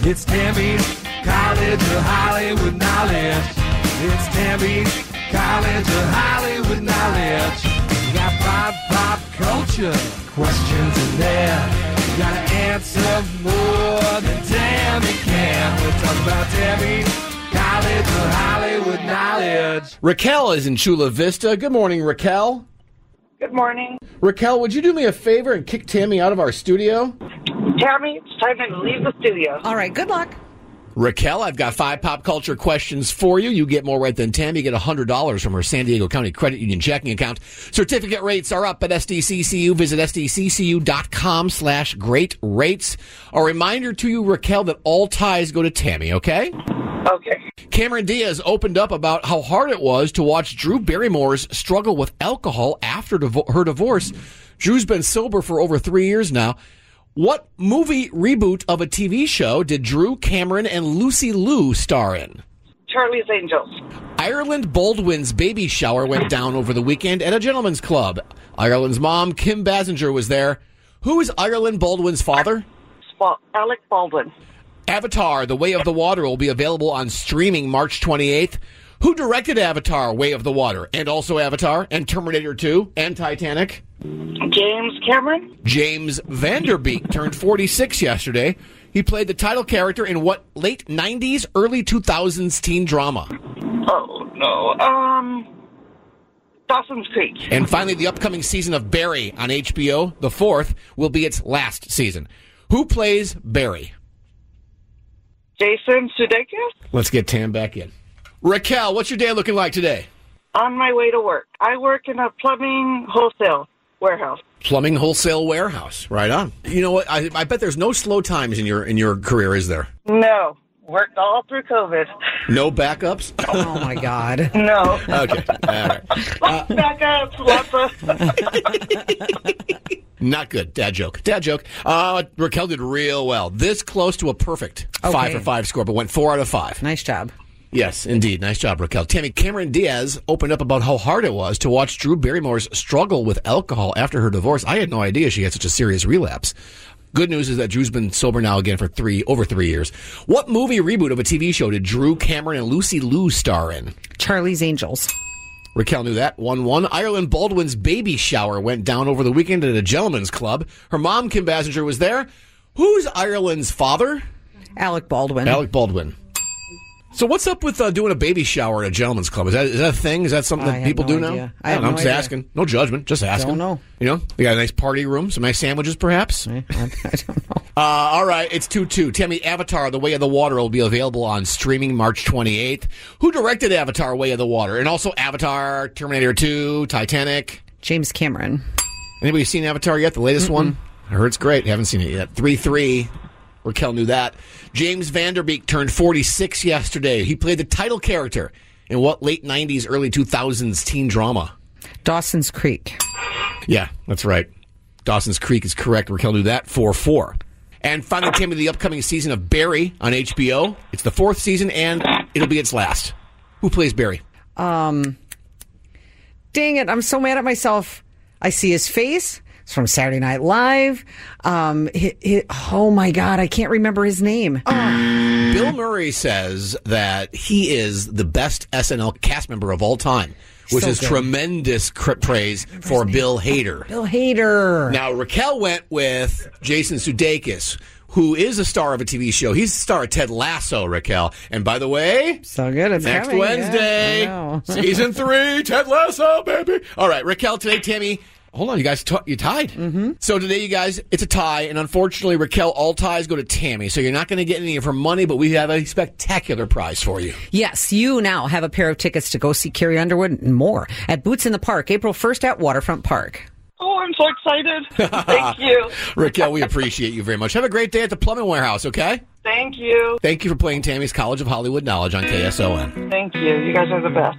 It's Tammy's College of Hollywood Knowledge. It's Tammy's College of Hollywood Knowledge. We got pop, pop culture questions in there. You gotta answer more than Tammy can. We're talking about Tammy's College of Hollywood Knowledge. Raquel is in Chula Vista. Good morning, Raquel. Good morning. Raquel, would you do me a favor and kick Tammy out of our studio? Tammy, it's time to leave the studio. All right, good luck. Raquel, I've got five pop culture questions for you. You get more right than Tammy. You get $100 from her San Diego County Credit Union checking account. Certificate rates are up at SDCCU. Visit SDCCU.com slash great rates. A reminder to you, Raquel, that all ties go to Tammy, okay? Okay. Cameron Diaz opened up about how hard it was to watch Drew Barrymore's struggle with alcohol after divo- her divorce. Drew's been sober for over three years now. What movie reboot of a TV show did Drew Cameron and Lucy Liu star in? Charlie's Angels. Ireland Baldwin's baby shower went down over the weekend at a gentleman's club. Ireland's mom, Kim Basinger, was there. Who is Ireland Baldwin's father? Well, Alec Baldwin. Avatar: The Way of the Water will be available on streaming March 28th. Who directed Avatar: Way of the Water and also Avatar and Terminator 2 and Titanic? James Cameron. James Vanderbeek turned 46 yesterday. He played the title character in what late 90s, early 2000s teen drama. Oh, no. Um, Dawson's Creek. And finally, the upcoming season of Barry on HBO, the fourth, will be its last season. Who plays Barry? Jason Sudeikis. Let's get Tam back in. Raquel, what's your day looking like today? On my way to work. I work in a plumbing wholesale warehouse. Plumbing wholesale warehouse. Right on. You know what? I, I bet there's no slow times in your in your career, is there? No. Worked all through COVID. No backups. Oh my God. No. okay. All right. Lots of backups, lots of. Not good. Dad joke. Dad joke. Uh, Raquel did real well. This close to a perfect five Okay. for five score, but went four out of five. Nice job. Yes, indeed. Nice job, Raquel. Tammy Cameron Diaz opened up about how hard it was to watch Drew Barrymore's struggle with alcohol after her divorce. I had no idea she had such a serious relapse. Good news is that Drew's been sober now again for three over three years. What movie reboot of a TV show did Drew Cameron and Lucy Liu star in? Charlie's Angels. Raquel knew that. 1 1. Ireland Baldwin's baby shower went down over the weekend at a gentleman's club. Her mom, Kim Basinger, was there. Who's Ireland's father? Alec Baldwin. Alec Baldwin. So what's up with uh, doing a baby shower at a gentleman's club? Is that is that a thing? Is that something I that have people no do now? idea. I have don't know. I'm no just idea. asking. No judgment. Just asking. know. You know, they got a nice party room, some nice sandwiches, perhaps. I, I don't know. Uh, all right, it's two two. Tammy Avatar: The Way of the Water will be available on streaming March 28th. Who directed Avatar: Way of the Water? And also Avatar, Terminator 2, Titanic. James Cameron. Anybody seen Avatar yet? The latest one? I heard it's great. Haven't seen it yet. 3 3. Raquel knew that. James Vanderbeek turned 46 yesterday. He played the title character in what late 90s, early 2000s teen drama? Dawson's Creek. Yeah, that's right. Dawson's Creek is correct. Raquel knew that. 4 4. And finally, came to the upcoming season of Barry on HBO. It's the fourth season, and it'll be its last. Who plays Barry? Um, dang it! I'm so mad at myself. I see his face. It's from Saturday Night Live. Um, hi hi oh my God, I can't remember his name. Oh. Bill Murray says that he is the best SNL cast member of all time, which So is good. tremendous cr- praise for Bill Hader. Bill Hader. Now, Raquel went with Jason Sudeikis, who is a star of a TV show. He's the star of Ted Lasso, Raquel. And by the way, So good. It's next coming, yeah. Wednesday, I know. season three, Ted Lasso, baby. All right, Raquel, today, Tammy. Hold on, you guys, t- you tied. Mm-hmm. So today, you guys, it's a tie, and unfortunately, Raquel, all ties go to Tammy. So you're not going to get any of her money, but we have a spectacular prize for you. Yes, you now have a pair of tickets to go see Carrie Underwood and more at Boots in the Park, April 1st at Waterfront Park. Oh, I'm so excited. Thank you. Raquel, we appreciate you very much. Have a great day at the Plumbing Warehouse. Okay. Thank Thank you. Thank you for playing Tammy's College of Hollywood Knowledge on KSON. Thank you. You guys are the best.